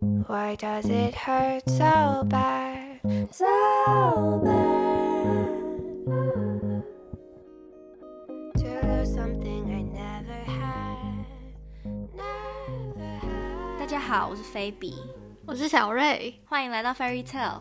Why does it hurt so bad? So bad. To lose something I never had. Never 大 had. 家好，我是菲比，我是小瑞。欢迎来到 Fairy Tale。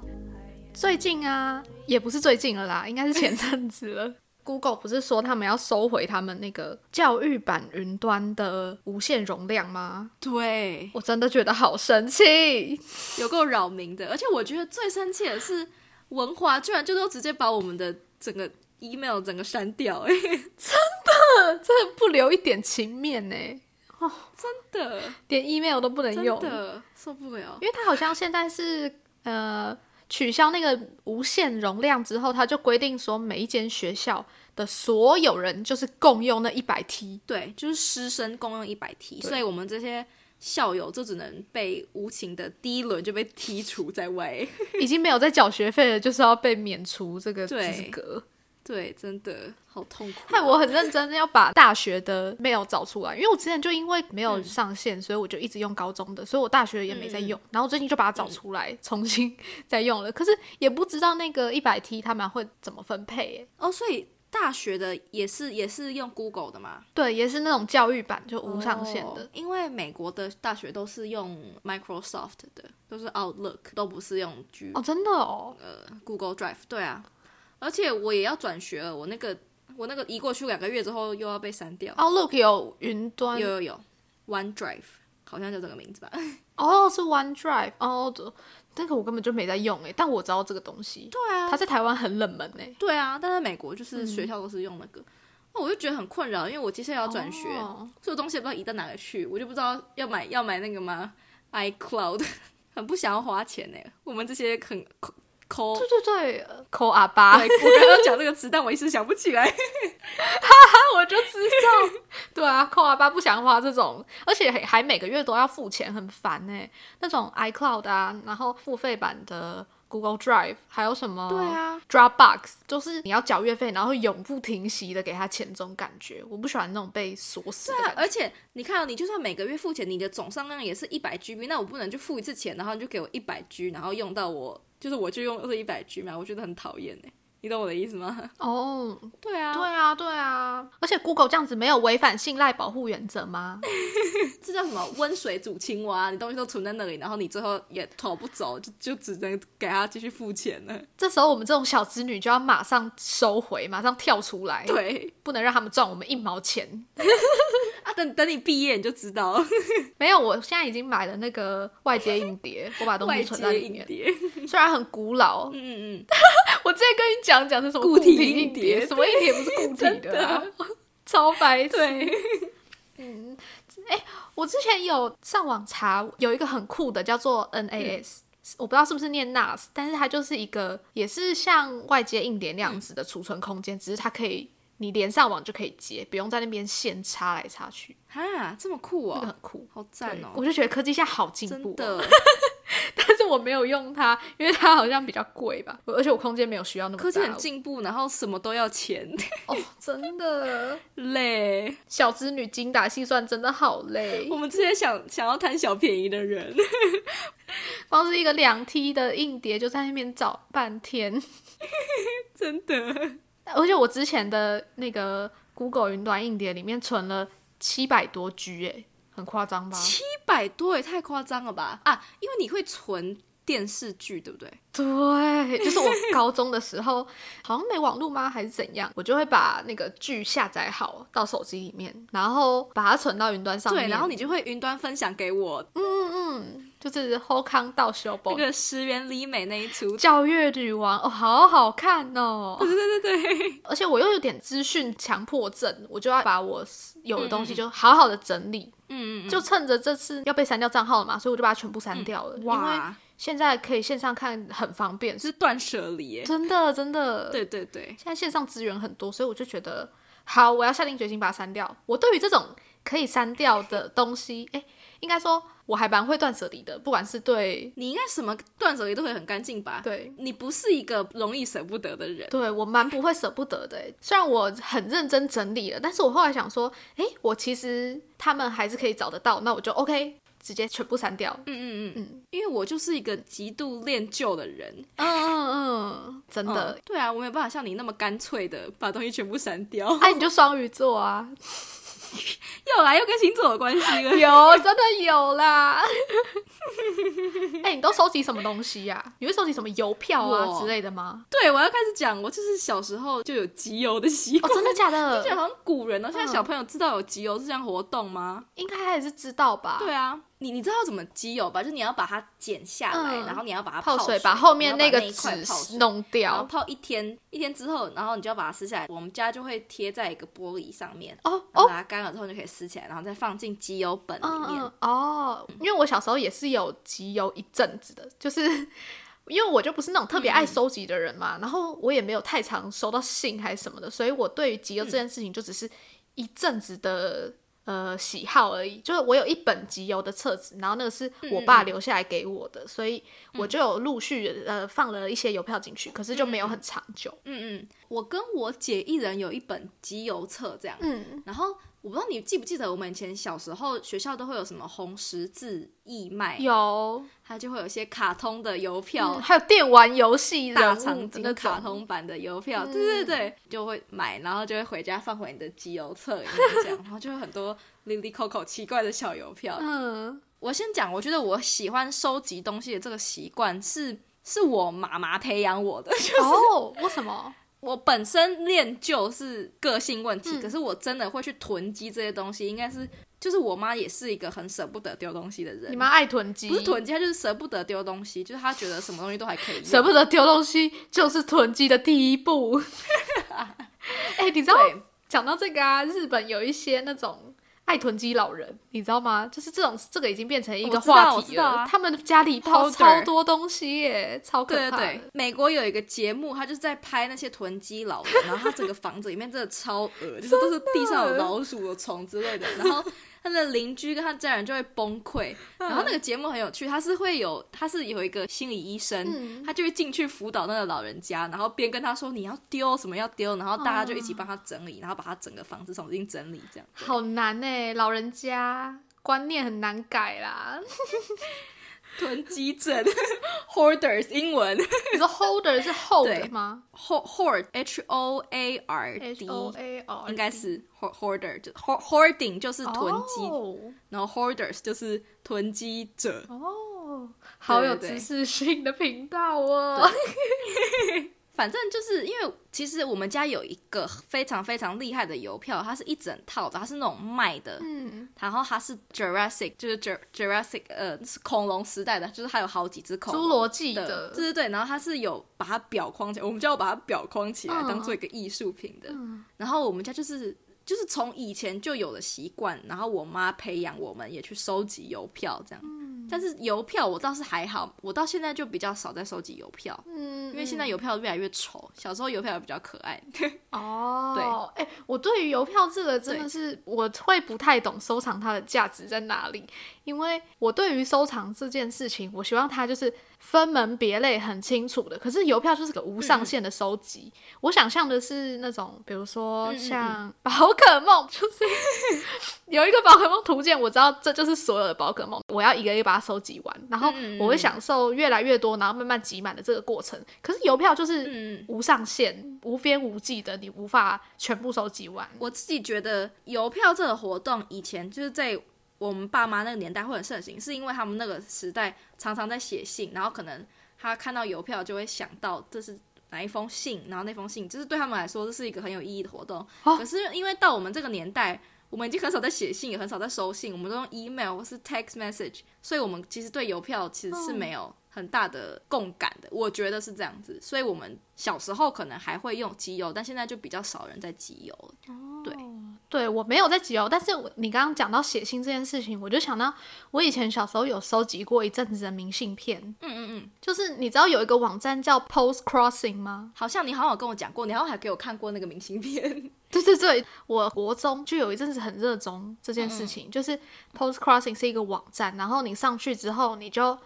最近啊，也不是最近了啦，应该是前阵子了。Google 不是说他们要收回他们那个教育版云端的无限容量吗？对，我真的觉得好生气。 有够扰民的。而且我觉得最生气的是文华，居然就都直接把我们的整个 email 整个删掉、欸，哎，真的不留一点情面呢、真的，连 email 都不能真用，的受不了。因为他好像现在是呃取消那个无限容量之后，他就规定说每一间学校的所有人就是共用那一百 T。对，就是师生共用一百题，对所以我们这些校友就只能被无情的第一轮就被剔除在外、欸 已经没有在缴学费了，就是要被免除这个资对格。 对，真的好痛苦。害我很认真地要把大学的 mail 找出来，因为我之前就因为没有上线，所以我就一直用高中的，所以我大学也没在嗯用。然后我最近就把它找出来，重新再用了。可是也不知道那个一百 T 他们会怎么分配耶。哦，所以大学的也是也是用 Google 的嘛，对，也是那种教育版，就无上限的。哦因为美国的大学都是用 Microsoft 的，都是 Outlook，都不是用 G 哦真的哦，嗯 Google Drive，对啊，而且我也要转学了，我那个我那个移过去两个月之后又要被删掉。 Outlook 有云端有有有，OneDrive 好像叫这个名字 吧？哦，是 OneDrive 哦，这那个我根本就没在用诶，但我知道这个东西，对啊它，在台湾很冷门欸诶。对啊，但是美国就是学嗯校都是用那个，那、我就觉得很困扰，因为我接下来要转学，哦所有东西也不知道移到哪里去，我就不知道要买要买那个吗？iCloud，很不想要花钱呢。我们这些很抠抠，对对对，呃抠阿巴，对 我刚刚讲这个词，但我一时想不起 来。我就知道， 对啊，扣阿爸不想花这种，而且还还每个月都要付钱，很烦呢、那种 iCloud 啊，然后付费版的 Google Drive，还有什么对啊 Dropbox，就是你要缴月费，然后永不停息的给他钱，这种感觉，我不喜欢那种被锁死的对啊感觉。而且你看哦、你就算每个月付钱，你的总上量也是一百 GB，那我不能就付一次钱，然后你就给我一百 G，然后用到我就是我就用这一百 G 嘛，我觉得很讨厌哎，你懂我的意思吗？哦， 对啊，对啊，对啊，而且 Google 这样子没有违反信赖保护原则吗？ 这叫什么温水煮青蛙？你东西都存在那里，然后你最后也逃不走，就就只能给他继续付钱了。这时候我们这种小子女就要马上收回，马上跳出来，，对不能让他们赚我们一毛钱。啊，等等你毕业你就知 道了，没有，我现在已经买了那个外接硬 碟，我把东外西存在接里硬面。碟，虽然很古老，嗯嗯 我之前跟你讲讲是什么固体体硬硬碟什么硬碟不是固体的、啊真，超白嗯，痴。嗯对， 我之前有上网查，有一个很酷的叫做 NAS。我不知道是不是念 NAS，但是它就是一个也是像外接硬碟那样子的储存空间，只是它可以你连上网就可以接，不用在那边线插来插去，哈，这么酷这个哦很，酷。好赞我哦，就觉得科技现在好进步、真哦，的， 但是我没有用它，因为它好像比较贵吧，我而且我空间没有需要那么大。科技很进步，然后什么都要钱， 哦，真的，累。小资女精打细算真的好累我。们这些想想要贪小便宜的人，光是一个两 T 的硬碟就在那边找半天， 真的，而且我之前的那个 Google 云端硬碟里面存了七百多 G，哎、很夸张吧？一百多也太夸张了吧？啊，因为你会存电视剧，对不对？对，就是我高中的时候，好像没网络吗，还是怎样？我就会把那个剧下载好到手机里面，然后把它存到云端上面。嗯对，然后你就会云端分享给我，就是后康到修那博个石原里美那一 出，教育女王哦，好好看哦。嗯对对对对，而且我又有点资讯强迫症，我就要把我有的东西就好好的整理。 嗯嗯，就趁着这次要被删掉账号了嘛，所以我就把它全部删掉了。因为哇，现在可以线上看，很方便。是断舍离耶，真的真的，对对对，现在线上资源很多，所以我就觉得好，我要下定决心把它删掉。我对于这种可以删掉的东西，哎，应该说我还蛮会断舍离的，不管是对你应该什么断舍离都会很干净吧？，对你不是一个容易舍不得的人，对我蛮不会舍不得的欸，虽然我很认真整理了，但是我后来想说，诶，我其实他们还是可以找得到，那我就 OK。直接全部删掉。嗯嗯嗯嗯，嗯因为我就是一个极度恋旧的人，嗯嗯，真的。嗯对啊，我没有办法像你那么干脆的把东西全部删掉。 哎、你就双鱼座啊，又来又跟星座有关系了。 有真的有 啦。哎、你都收集什么东西呀、你会收集什么邮票啊我之类的吗？对，我要开始讲，我就是小时候就有集邮的习哦，惯。真的假而且的？好像古人哦，现在小朋友知道有集邮这项活动吗？ 应该还是知道吧？对啊，你你知道怎么集邮吧？就是你要把它剪下来，嗯然后你要把它泡啊水水，把后面你要把个那一块泡纸水弄然后掉。泡一天，一天之后，然后你就要把它撕下来。我们家就会贴在一个玻璃上面，哦然后哦，把它干了之后你就可以撕起来，然后再放进集邮本嗯里面。嗯哦，因为我小时候也是有集邮一阵子的，就是 因为我就不是那种特别爱收集的人嗯嘛，然后我也没有太常收到信还是什么的，所以我对于集邮这件事情就只是一阵子的。呃，喜好而已，就是我有一本集邮的册子，然后那个是我爸留下来给我的，所以我就有陆续呃放了一些邮票进去，可是就没有很长久。嗯嗯，我跟我姐一人有一本集邮册这样。嗯，然后我不知道你记不记得，我们以前小时候学校都会有什么红十字义卖，有它就会有一些卡通的邮票。嗯还有电玩游戏大人物长的今嗯那嗯种卡通版的邮票，对对对，就会买，然后就会回家放回你的集邮册里面，这样，然后就会很多 Lily Coco 奇怪的小邮票。嗯，我先讲，我觉得我喜欢收集东西的这个习惯是是我妈妈培养我的， 哦，为什么？我本身练就，是个性问题，嗯可是我真的会去囤积这些东西，应该是就是我妈也是一个很舍不得丢东西的人。你妈爱囤啊积，不是囤积，她就是舍不得丢东西，就是她觉得什么东西都还可以用。舍不得丢东西，就是囤积的第一步。 哎、你知道对讲到这个啊，日本有一些那种爱囤积老人，你知道吗？就是这种这个已经变成一个我知道话我题知了。道啊他们家里抛 Powder 超多东西耶，超可对怕对的。对，美国有一个节目，他就是在拍那些囤积老人，然后他整个房子里面真的超恶，就是都是地上有老鼠、有虫之类的，然后他的邻居跟他家人就会崩 溃。然后那个节目很有趣，他是会有，他是有一个心理医生，嗯他就会进去辅导那个老人家，然后边跟他说你要丢什么要丢，然后大家就一起帮他整理，然后把他整个房子重新整理这样。好难哎，老人家观念很难改 啦。 囤积症 ，hoarders 英 文你说 holder 是 hold 对吗 ho hoard h o a r d ？H O A R 应该是 ho- hoarder，就 ho- hoarding 就是囤积，哦然后 hoarders 就是囤积者。哦，好有对对知对识性的频道哦。反正就是因为其实我们家有一个非常非常厉害的邮票，它是一整套的，它是那种卖的。嗯，然后它是 Jurassic，就是 Jur- Jurassic，呃，是恐龙时代的，就是还有好几只恐龙。侏罗纪的，的，对对对，然后它是有把它裱框起来，我们家有把它裱框起来，嗯当做一个艺术品的。嗯然后我们家就是就是从以前就有的习惯，然后我妈培养我们也去收集邮票这样。嗯但是邮票我倒是还好，我到现在就比较少在收集邮票，嗯，因为现在邮票越来越丑，小时候邮票比较可爱。哦，对，哎、我对于邮票这个真的对是我会不太懂收藏它的价值在哪里，因为我对于收藏这件事情，我希望它就是分门别类很清楚的。可是邮票就是个无嗯上限的收集，我想象的是那种，比如嗯说像宝可梦， 就是有一个宝可梦图鉴，我知道这就是所有的宝可梦，我要一个一个把它收集完，然后嗯嗯嗯我会享受越来越多，然后慢慢集满的这个过程。可是邮票就是。嗯，无上限、无边无际的，你无法全部收集完。我自己觉得邮票这个活动以前就是在我们爸妈那个年代会很盛行，是因为他们那个时代常常在写信，然后可能他看到邮票就会想到这是哪一封信，然后那封信就是对他们来说这是一个很有意义的活动。哦可是因为到我们这个年代，我们已经很少在写信，也很少在收信，我们都用 email 或是 text message，所以我们其实对邮票其实是没有很大的共感的。我觉得是这样子，所以我们小时候可能还会用集邮，但现在就比较少人在集邮了。对我没有在集邮，但是我你刚刚讲到写信这件事情，我就想到我以前小时候有收集过一阵子的明信片，嗯嗯嗯，就是你知道有一个网站叫 Post Crossing 吗？好像你好像有跟我讲过，你好像还给我看过那个明信片。对对对，我国中就有一阵子很热衷这件事情，就是 Post Crossing 是一个网站，然后你上去之后，你就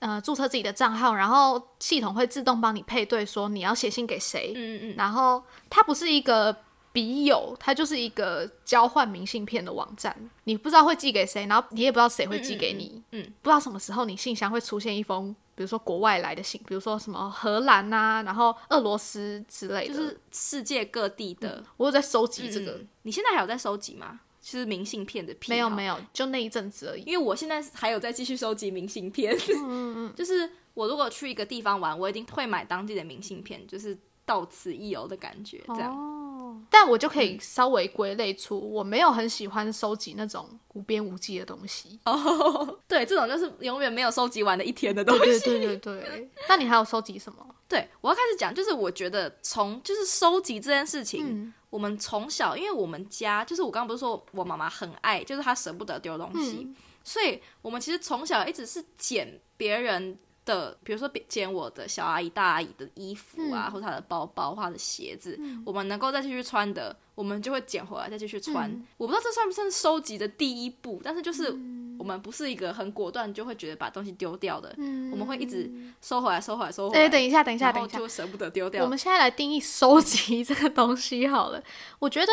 呃注册自己的账号，然后系统会自动帮你配对，说你要写信给谁， 嗯嗯然后它不是一个。笔友，它就是一个交换明信片的网站，你不知道会寄给谁，然后你也不知道谁会寄给你，嗯嗯嗯不知道什么时候你信箱会出现一封，比如说国外来的信，比如说什么荷兰啊，然后俄罗斯之类的。就是世界各地的。我有在收集这个，嗯你现在还有在收集吗？就是明信片的癖没有没有，有，就那一阵子而已。因为我现在还有在继续收集明信片。嗯嗯 就是我如果去一个地方玩，我一定会买当地的明信片，就是到此一游的感觉。这样，哦，但我就可以稍微归类出，我没有很喜欢收集那种无边无际的东西。哦 对，这种就是永远没有收集完的一天的东西。对对对嗯对。那你还有收集什么？对，我要开始讲，就是我觉得从就是收集这件事情，嗯我们从小，因为我们家就是我刚刚不是说我妈妈很爱，就是她舍不得丢东西，嗯，所以我们其实从小一直是捡别人的，比如说别捡我的小阿姨、大阿姨的衣服啊，嗯或者她的包包、她的鞋子，我们能够再继续穿的，我们就会捡回来再继续穿。嗯我不知道这算不算收集的第一步，但是就是我们不是一个很果断就会觉得把东西丢掉的，我们会一直收回来、收回来、收回来。嗯哎，等一下，等一下，哦然等后一下就。舍不得丢掉。我们现在来定义收集这个东西好了。我觉得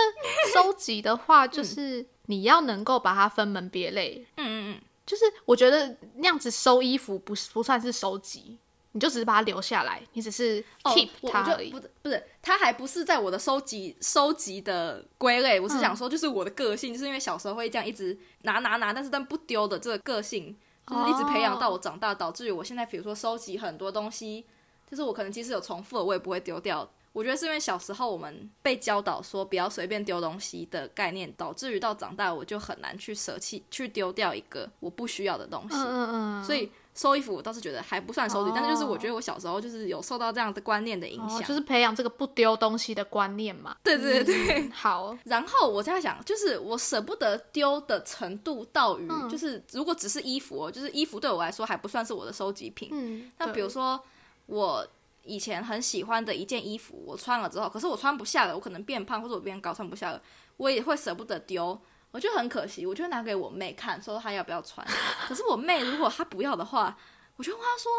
收集的话，就是你要能够把它分门别类。嗯嗯嗯，就是我觉得那样子收衣服不是不算是收集，你就只是把它留下来，你只是哦 keep 我它我而就已。不不是，它还不是在我的收集收集的归类。我是嗯想说，就是我的个性，就是因为小时候会这样一直拿拿拿，但是但不丢的这个个性，就是一直培养到哦我长大，导致于我现在比如说收集很多东西，就是我可能即使有重复的，我也不会丢掉。我觉得是因为小时候我们被教导说不要随便丢东西的概念，导致于到长大我就很难去舍弃、去丢掉一个我不需要的东西。嗯嗯嗯，所以收衣服我倒是觉得还不算收集，哦但是就是我觉得我小时候就是有受到这样的观念的影响，哦、就是培养这个不丢东西的观念嘛。对对对对。嗯好，然后我在想，就是我舍不得丢的程度到于，嗯就是如果只是衣服、哦，就是衣服对我来说还不算是我的收集品。嗯， 那比如对，说我以前很喜欢的一件衣服，我穿了之后，可是我穿不下了，我可能变胖或者我变高穿不下了，我也会舍不得丢，我就很可惜，我就会拿给我妹看，说她要不要穿。可是我妹如果她不要的话，我就会问她说：“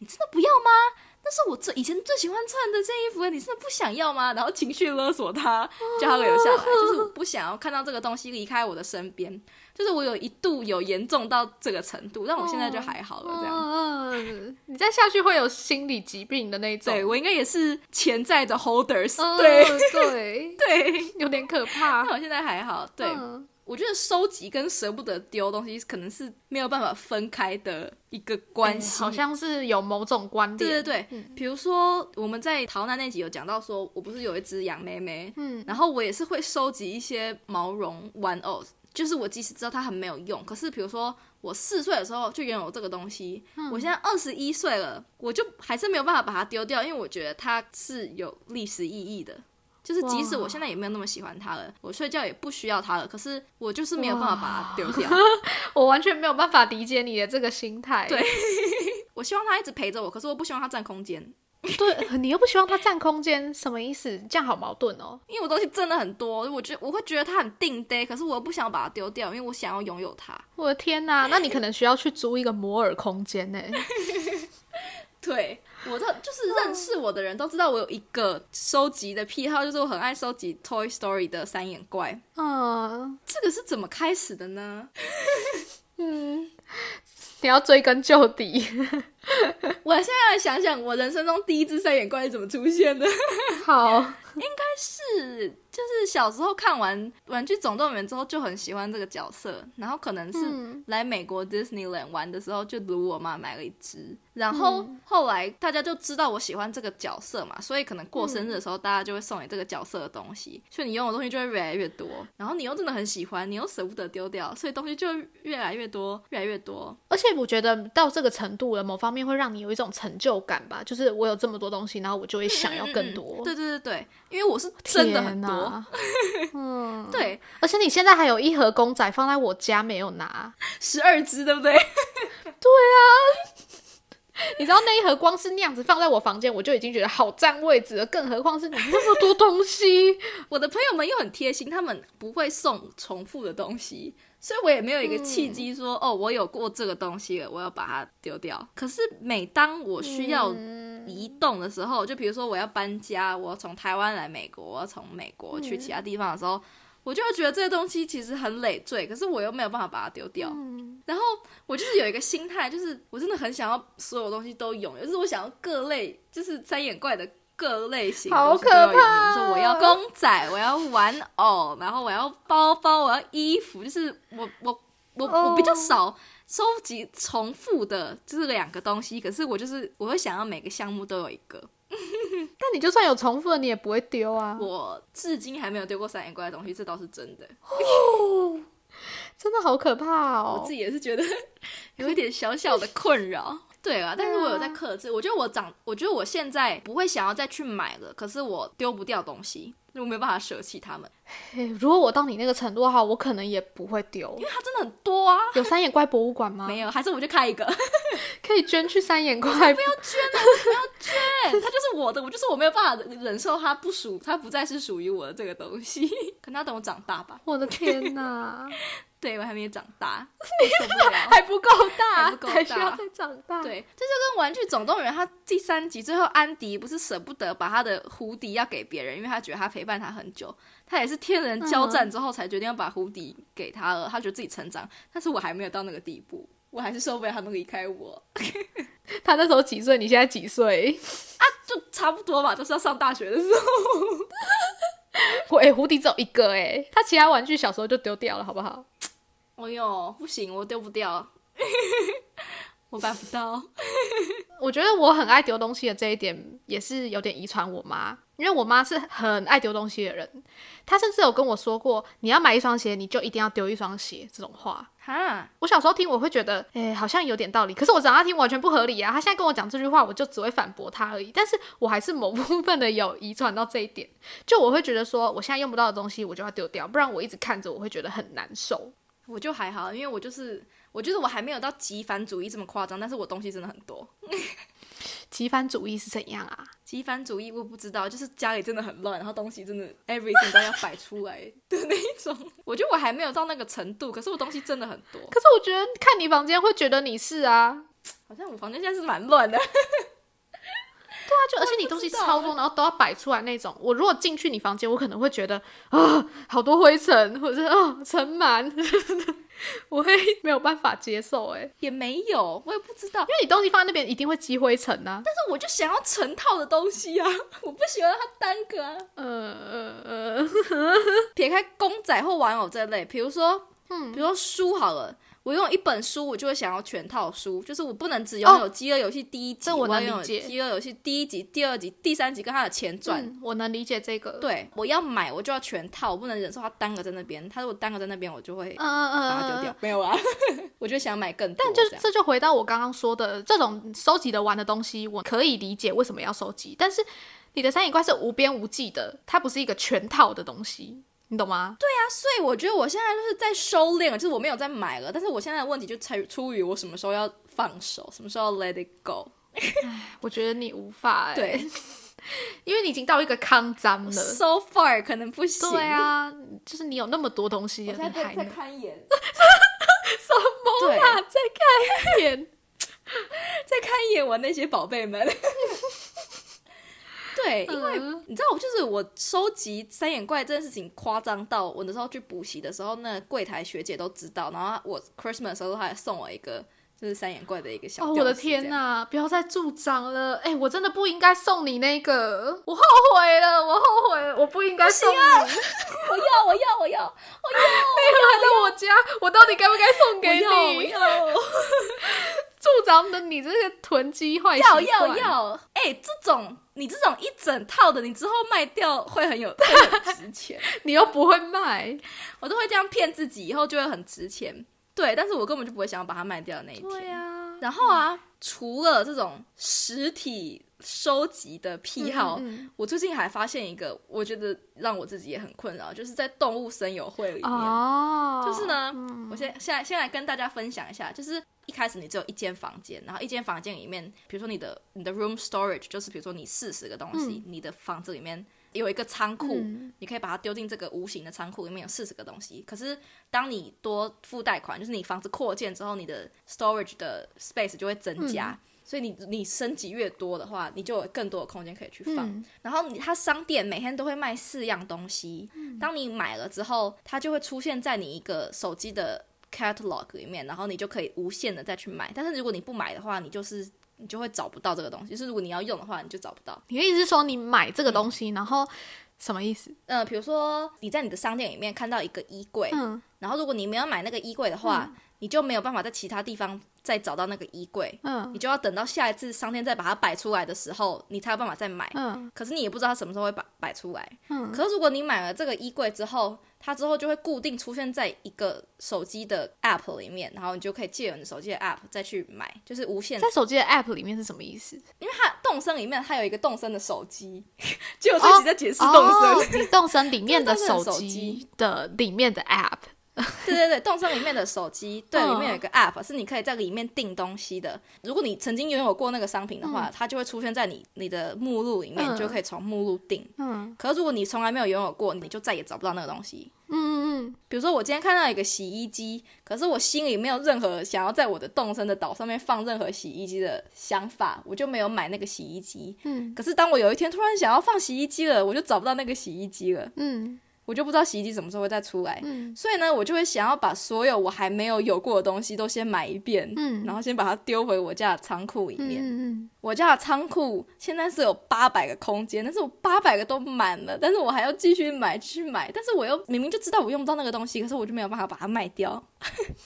你真的不要吗？”那是我最以前最喜欢穿的这件衣服，你真的不想要吗？然后情绪勒索她，叫她留下来，就是我不想要看到这个东西离开我的身边。就是我有一度有严重到这个程度，但我现在就还好了，这样。嗯嗯，你再下去会有心理疾病的那种。对我应该也是潜在的 holders，、嗯 对对，对。有点可怕那。我现在还好， 对、嗯我觉得收集跟舍不得丢东西可能是没有办法分开的一个关系，嗯哎好像是有某种观点。嗯对对对，比如说我们在逃难那集有讲到说，我不是有一只羊妹妹，嗯然后我也是会收集一些毛绒玩偶，就是我即使知道它很没有用，可是比如说我四岁的时候就拥有这个东西，嗯我现在二十一岁了，我就还是没有办法把它丢掉，因为我觉得它是有历史意义的。就是即使我哇现在也没有那么喜欢它了，我睡觉也不需要它了，可是我就是没有办法把它丢 掉。我完全没有办法理解你的这个心态。对我希望它一直陪着我，可是我不希望它占空间， 对，你又不希望它占空间，什么意思？这样好矛盾哦。因为我东西真的很多，我觉得我会觉得它很定呆，可是我又不想把它丢掉，因为我想要拥有它。我的天哪，那你可能需要去租一个摩尔空间呢。对，我这就是认识我的人都知道我有一个收集的癖好，就是我很爱收集 Toy Story 的三眼怪。嗯这个是怎么开始的呢？ 嗯，你要追根究底。 我现在来想想，我人生中第一只三眼怪是怎么出现的？好，是，就是小时候看完《玩具总动员》之后就很喜欢这个角色，然后可能是嗯来美国 Disneyland 玩的时候就撸我妈买了一只，然后嗯后来大家就知道我喜欢这个角色嘛，所以可能过生日嗯的时候大家就会送你这个角色的东西，所以你用的东西就会越来越多，然后你又真的很喜欢，你又舍不得丢掉，所以东西就越来越多，越来越多。而且我觉得到这个程度了，某方面会让你有一种成就感吧，就是我有这么多东西，然后我就会想要更多。嗯对对对对，因为我是真的很天多，哪。 嗯，对，而且你现在还有一盒公仔放在我家没有拿，十二只，对不对？ 你知道那一盒光是那样子放在我房间，我就已经觉得好占位置了，更何况是你那么多东西。 我的朋友们又很贴心，他们不会送重复的东西，所以我也没有一个契机说、哦，我有过这个东西了，我要把它丢掉。可是每当我需要嗯移动的时候，就比如说我要搬家，我要从台湾来美国，我要从美国去其他地方的时候，我就会觉得这些东西其实很累赘，可是我又没有办法把它丢掉。嗯然后我就是有一个心态，就是我真的很想要所有东西都拥有，就是我想要各类，就是三眼怪的各类型的好东西都要可拥有。怕就是我要公仔，我要玩偶，然后我要包包，我要衣服，就是我我我哦我比较少收集重复的，就是两个东西。可是我就是我会想要每个项目都有一个。但你就算有重复的，你也不会丢啊。我至今还没有丢过三眼怪的东西，这倒是真的。真的好可怕哦！我自己也是 觉得有一点小小的困 扰。对啊，但是我有在克制。我觉得我长，我觉得我现在不会想要再去买了，可是我丢不掉东西，我没有办法舍弃它们，诶如果我到你那个程度的话，我可能也不会丢因。为它真的很多啊。有三眼怪博物馆吗？没有，还是我就开一个，可以捐去三眼怪。它就是我的，我就是我没有办法忍受它不属，它不再是属于我的这个东西， 可能要等我长大吧。我的天哪，对，我还没长 大，我受不了。还不够 大，还不够大还需要再长大。，对，这就跟《玩具总动员》他第三集最后，安迪不是舍不得把他的胡迪要给别人，因为他觉得他陪伴他很久，他也是天人交战之后才决定要把胡迪给他了，他觉得自己成长，但是我还没有到那个地步。我还是受不了他们离开我，他那时候几岁？你现在几岁？ 就差不多吧，都是要上大学的时候。 我诶，胡迪只有一个诶，他其他玩具小时候就丢掉了，好不好？哎呦，不行，我丢不掉， 我办不到。我觉得我很爱丢东西的这一点也是有点遗传我妈，因为我妈是很爱丢东西的人，她甚至有跟我说过，你要买一双鞋，你就一定要丢一双鞋这种话。哈，我小时候听我会觉得，诶、好像有点道理，可是我长大听完全不合理啊。他现在跟我讲这句话，我就只会反驳他而已。但是我还是某部分的有遗传到这一点，就我会觉得说，我现在用不到的东西，我就要丢掉，不然我一直看着，我会觉得很难受。我就还好，因为我就是，我觉得我还没有到极繁主义这么夸张，但是我东西真的很多。极繁主义是怎样啊？极繁主义我不知道，就是家里真的很乱，然后东西真的 everything 都要摆出来的那一种。我觉得我还没有到那个程度，可是我东西真的很多。可是我觉得看你房间会觉得你是啊，好像我房间现在是蛮乱的，对啊，就而且你东西超多，然后都要摆出来那种。我如果进去你房间，我可能会觉得啊、好多灰尘，或者是啊、尘螨， 我会没有办法接受哎、也没有，我也不知道。因为你东西放在那边一定会积灰尘啊呐、但是我就想要成套的东西啊，我不喜欢它单个啊。呃呃 呃，撇开公仔或玩偶这类，比如说，嗯，比如说书好了。我拥有一本书，我就会想要全套书，就是我不能只拥有《饥饿游戏》第一集，哦这我能要拥有理解《饥饿游戏》第一集、第二集、第三集跟它的前传，嗯，我能理解这个。，对，我要买我就要全套，我不能忍受它单个在那边。它如果单个在那边，我就会嗯嗯把嗯它嗯丢掉。嗯。没有啊， 我就想买更多。但就这样这就回到我刚刚说的，这种收集的玩的东西，我可以理解为什么要收集，但是你的三眼怪是无边无际的，它不是一个全套的东西，你懂吗？对，所以我觉得我现在就是在收敛，就是我没有在买了。但是我现在的问题就在于出于我什么时候要放手，什么时候要 let it go。我觉得你无法、欸，对，因为你已经到一个康脏了。 ，so far 可能不行。对，啊，就是你有那么多东西，我你现在还在在能看眼，什么对，啊？再看一眼，在看眼我那些宝贝们。 对，因为嗯你知道，我就是我收集三眼怪这件事情夸张到，我那时候去补习的时候，那柜台学姐都知道，然后我 Christmas 的时候，她还送我一个就是三眼怪的一个小吊饰哦，这样、我的天哪！呐，不要再助长了！哎、我真的不应该送你那个，我后悔了，我后悔了，我不啊应该送你。我要，我要，我要，还在我家，我到底该不该送我 给要，我你？要，助长的你这个囤积坏习要要！惯。要！哎、这种你这种一整套的，你之后卖掉会很有 会很值钱。你又不会卖。我都会这样骗自己，以后就会很值钱。对，但是我根本就不会想要把它卖掉的那一天。呀、然后啊，除了这种实体收集的癖好，嗯我最近还发现一个，我觉得让我自己也很困扰，就是在动物森友会里面，哦，就是呢，我先现在先来跟大家分享一下，就是一开始你只有一间房间，然后一间房间里面，比如说你的你的 room storage，就是比如说你四十个东西，嗯你的房子里面有一个仓库，你可以把它丢进这个无形的仓库里面有四十个东西。可是当你多付贷款，就是你房子扩建之后，你的 storage 的 space 就会增加。所以你你升级越多的话，你就有更多的空间可以去放。嗯然后你它商店每天都会卖四样东西，当你买了之后，它就会出现在你一个手机的 catalog 里面，然后你就可以无限的再去买。但是如果你不买的话，你就是你就会找不到这个东西。就是如果你要用的话，你就找不到。你的意思是说你买这个东西，然后什么意思？呃，比如说你在你的商店里面看到一个衣柜，嗯，然后如果你没有买那个衣柜的话，你就没有办法在其他地方再找到那个衣柜，嗯你就要等到下一次商店再把它摆出来的时候，你才有办法再买。嗯可是你也不知道它什么时候会摆摆出来。嗯可是如果你买了这个衣柜之后，它之后就会固定出现在一个手机的 App 里面，然后你就可以借由你的手机的 App 再去买，就是无限。在手机的 App 里面是什么意思？因为它动森里面它有一个动森的手机， 就我自己在解释动森。哦，你动森里面 的对动手森的手机的里面的 App， 对对对，动森里面的手机，对，嗯里面有一个 App 是你可以在里面订东西的。如果你曾经拥有过那个商品的话，它就会出现在你你的目录里面，嗯你就可以从目录订。嗯可是如果你从来没有拥有过，你就再也找不到那个东西。嗯嗯比如说，我今天看到一个洗衣机，可是我心里没有任何想要在我的动身的岛上面放任何洗衣机的想法，我就没有买那个洗衣机。嗯可是当我有一天突然想要放洗衣机了，我就找不到那个洗衣机了，嗯我就不知道洗衣机什么时候会再出来。嗯所以呢，我就会想要把所有我还没有有过的东西都先买一遍，嗯然后先把它丢回我家的仓库里嗯面。嗯我家的仓库现在是有八百个空间，但是我八百个都满了，但是我还要继续买，继续买，但是我又明明就知道我用不到那个东西，可是我就没有办法把它卖掉。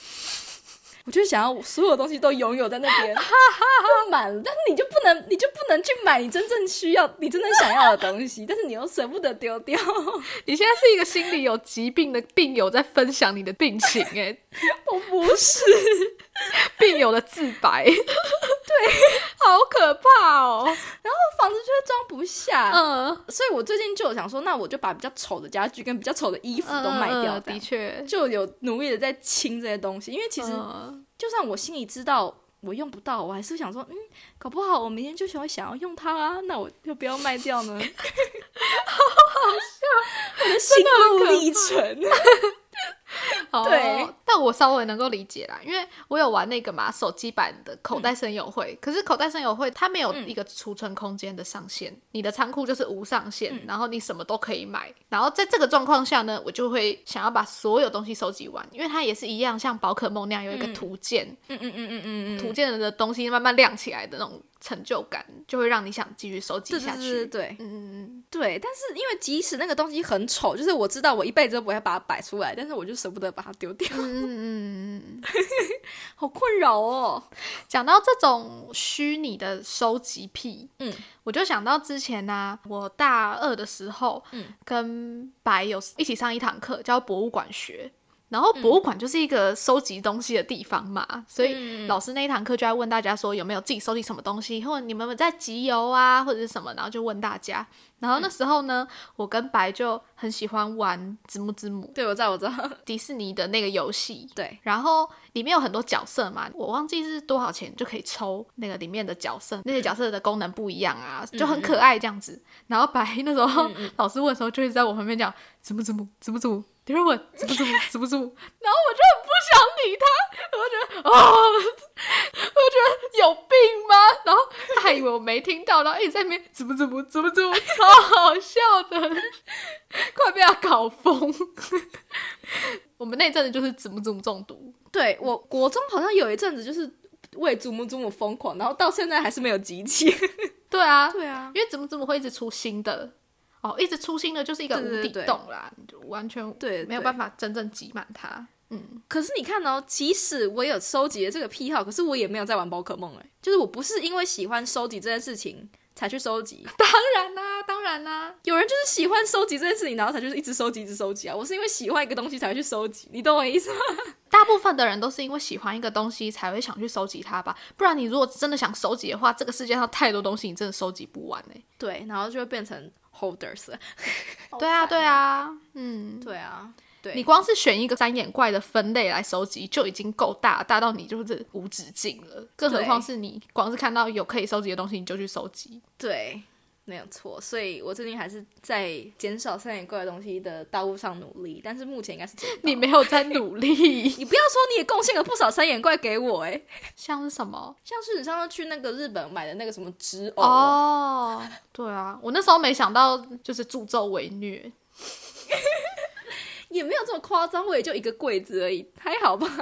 我就想要我所有东西都拥有在那边，都满了，但是你就不能，你就不能去买你真正需要、你真正想要的东西，但是你又舍不得丢掉。嗯，你现在是一个心理有疾病的病友在分享你的病情、 欸，我不是，哎，病友的自白，对， 好可怕哦，房子就会装不下。嗯，所以我最近就有想说，那我就把比较丑的家具跟比较丑的衣服都卖掉，嗯嗯这的样确，就有努力的在清这些东西。因为其实嗯就算我心里知道我用不到，我还是想说，嗯，搞不好我明天就想会想要用它啊，那我就不要卖掉呢。好好 笑，我的心路历程。哦对，但我稍微能够理解啦，因为我有玩那个嘛手机版的口袋声友嗯会，可是口袋声友会它没有一个储存空间的上限，你的仓库就是无上限，嗯然后你什么都可以买。然后在这个状况下呢，我就会想要把所有东西收集完，因为它也是一样像宝可梦那样有一个图鉴，嗯嗯嗯嗯嗯图鉴的东西慢慢亮起来的那种成就感，就会让你想继续收集对下对去。对对对嗯嗯嗯，对，但是因为即使那个东西很丑，就是我知道我一辈子都不会把它摆出来，但是我就舍不得把它丢掉，嗯 好困扰哦。讲到这种虚拟的收集癖，嗯，我就想到之前呢、啊我大二的时候，嗯，跟白有一起上一堂课叫博物馆嗯学，然后博物馆就是一个收集东西的地方嘛，所嗯以老师那一堂课就在问大家说有没有自己收集什么东西，或者你们有没有在集邮啊，或者是什么，然后就问大家。然后那时候呢，我跟白就很喜欢玩子母子母对，我知道，我知道，迪士尼的那个游戏，对，然后里面有很多角色嘛，我忘记是多少钱就可以抽那个里面的角色，那些角色的功能不一样啊，就很可爱这样子。然后白那时候、老师问的时候，就一直在我旁边讲怎么怎么怎么怎么，别人问怎么怎么怎么怎么，然后我就很不想理他，我就觉得哦，我觉得有病吗？然后他还以为我没听到，然后一直在那边怎么怎么怎么怎么，超好笑的，快被他搞疯。我们那阵子就是怎么怎么中毒，对我国中好像有一阵子就是为祖母祖母疯狂，然后到现在还是没有集齐。 对啊，对啊，因为怎么怎么会一直出新的，哦，一直出新的就是一个对对无底对洞啦，你就完全 对没有对办法真正挤满它。嗯，可是你看哦，即使我有收集的这个癖好，可是我也没有在玩宝可梦哎，就是我不是因为喜欢收集这件事情才去收集，当然啦、当然啦、有人就是喜欢收集这件事情，然后才就是一直收集一直收集啊。我是因为喜欢一个东西才会去收集，你懂我意思吗？ 大部分的人都是因为喜欢一个东西才会想去收集它吧，不然你如果真的想收集的话，这个世界上太多东西你真的收集不完哎、对，然后就会变成 holders 了。对啊，对啊，嗯，对啊，对你光是选一个三眼怪的分类来收集就已经够大，大到你就是无止境了，更何对哦况是你光是看到有可以收集的东西你就去收集。对，没有错，所以我最近还是在减少三眼怪的东西的道路上努力，但是目前应该是做不到你没有在努力， 你不要说你也贡献了不少三眼怪给我哎、像是什么？像是你上次去那个日本买的那个什么纸偶，啊哦，对啊，我那时候没想到就是助纣为虐，也没有这么夸张，我也就一个柜子而已，还好吧？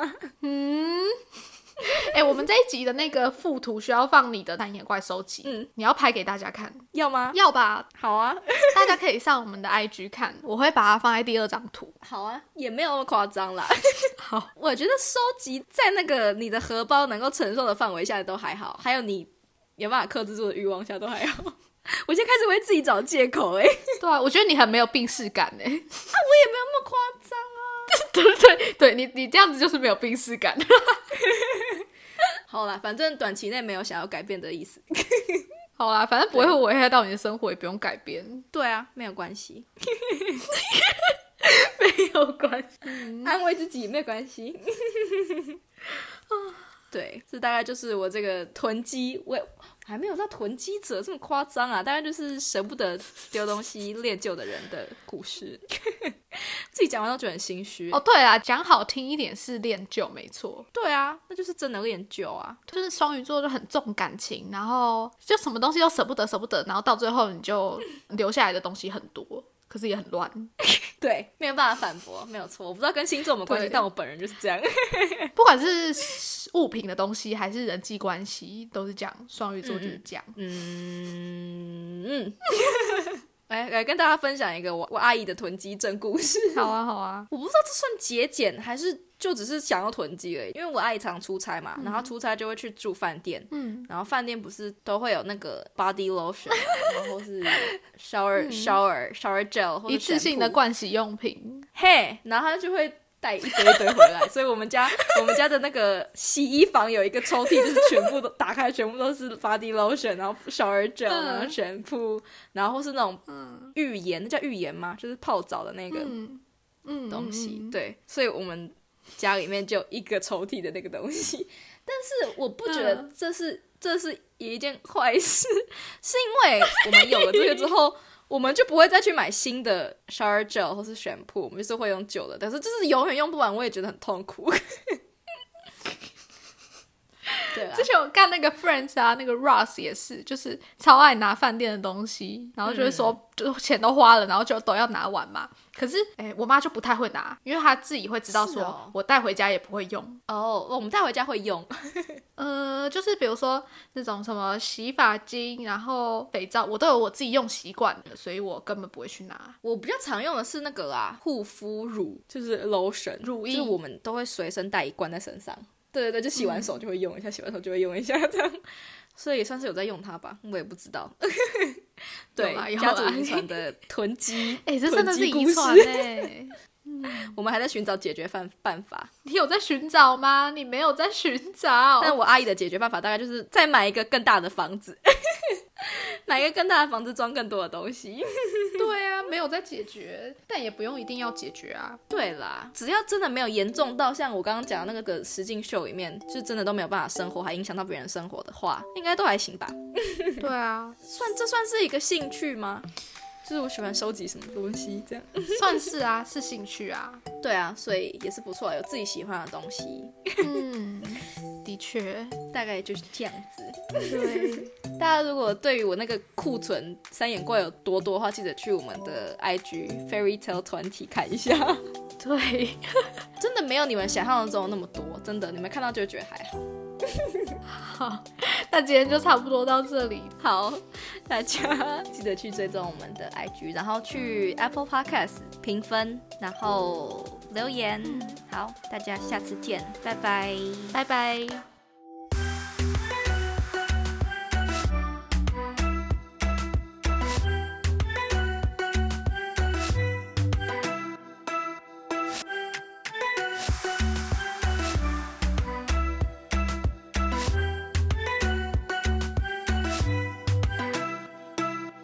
哎、我们这一集的那个附图需要放你的单眼怪收集，嗯，你要拍给大家看，要吗？要吧？好啊，大家可以上我们的 IG 看， 我会把它放在第二张图。好啊，也没有那么夸张 啦。好，我觉得收集在那个你的荷包能够承受的范围下都还好，还有你有办法克制住的欲望下都还好。 我现在开始为自己找借口哎、对啊，我觉得你很没有病逝感哎、也没有那么夸张啊。对不对？对你，你这样子就是没有病逝感。 好啦，反正短期内没有想要改变的意思。好啦，反正不会危害到你的生活，也不用改变，对啊，没有关 系，没有关系。安慰自己没有关 系。对，这大概就是我这个囤积，我我还没有到囤积者这么夸张啊，当然就是舍不得丢东西、恋旧的人的故事。 自己讲完都觉得很心虚。哦，，对啊，讲好听一点是恋旧，没错。对啊，那就是真的恋旧啊。就是双鱼座就很重感情，然后就什么东西都舍不得舍不得，然后到最后你就留下来的东西很多，可是也很乱。对，没有办法反驳，没有错。我不知道跟星座有没有关系，对但我本人就是这样。哎不管是物品的东西还是人际关系，都是这样。双鱼座就是 这样。嗯嗯， 来来跟大家分享一个我我阿姨的囤积症故事。好啊，好啊， 我不知道这算节俭还是就只是想要囤积而已，因为我阿姨常出差嘛，然后出差就会去住饭店，嗯，然后饭店不是都会有那个 body lotion，然后是 shower shower shower gel 或者一次性的 shampoo 盥洗用品，嘿，然后他就会带一堆一堆回来，所以我们 家我们家的那个洗衣房有一个抽屉，就是全部都打开，全部都是 body lotion，然后 shower gel，嗯然后 shampoo，然后或是那种浴盐，那叫浴盐吗？就是泡澡的那个嗯嗯，东西。嗯，对，所以我们家里面就一个抽屉的那个东西，但是我不觉得嗯这是、这是一件坏事，是因为我们有了这个之后。 我们就不会再去买新的 shower gel 或是 shampoo，我们就是会用旧的，但是就是永远用不完，我也觉得很痛苦。 对啊之，前我看那个 Friends 啊，那个 Ross 也是，就是超爱拿饭店的东西，然后就会说，就钱都花了，然后就都要拿完嘛。可是，哎、我妈就不太会拿，因为她自己会知道是说，哦我带回家也不会用。哦我们带回家会用，呃，就是比如说那种什么洗发精，然后肥皂，我都有我自己用习惯的，所以我根本不会去拿。我比较常用的是那个啦，护肤乳，就是 lotion，乳就是液我们都会随身带一罐在身上。对对对，就洗完手就会用一下，洗完手就会用一下这样，所以也算是有在用它吧，我也不知道。 对有啦，有啦家族遗传 的囤积，哎、这真的是囤积遗故事传哎、我们还在寻找解决办办法。 你有在寻找吗？你没有在寻找。但我阿姨的解决办法大概就是再买一个更大的房子， 买一个更大的房子装更多的东西。对啊，没有在解决，但也不用一定要解决啊。对啦，只要真的没有严重到像我刚刚讲的那个实境秀里面，就真的都没有办法生活，还影响到别人生活的话，应该都还行吧？对啊，算这算是一个兴趣吗？就是我喜欢收集什么东西这样。算是啊，是兴趣啊。对啊，所以也是不错，有自己喜欢的东西，嗯，的确，大概就是这样子。对，大家如果对于我那个库存三眼怪有多多的话，记得去我们的 IG Fairy Tale 团体看一下， 对， 真的没有你们想象中的那么多，真的，你们看到就会觉得还好。那今天就差不多到这里。 好，大家记得去追踪我们的 IG，然后去 Apple Podcast 评分，然后留言。好，大家下次见，拜拜。拜拜。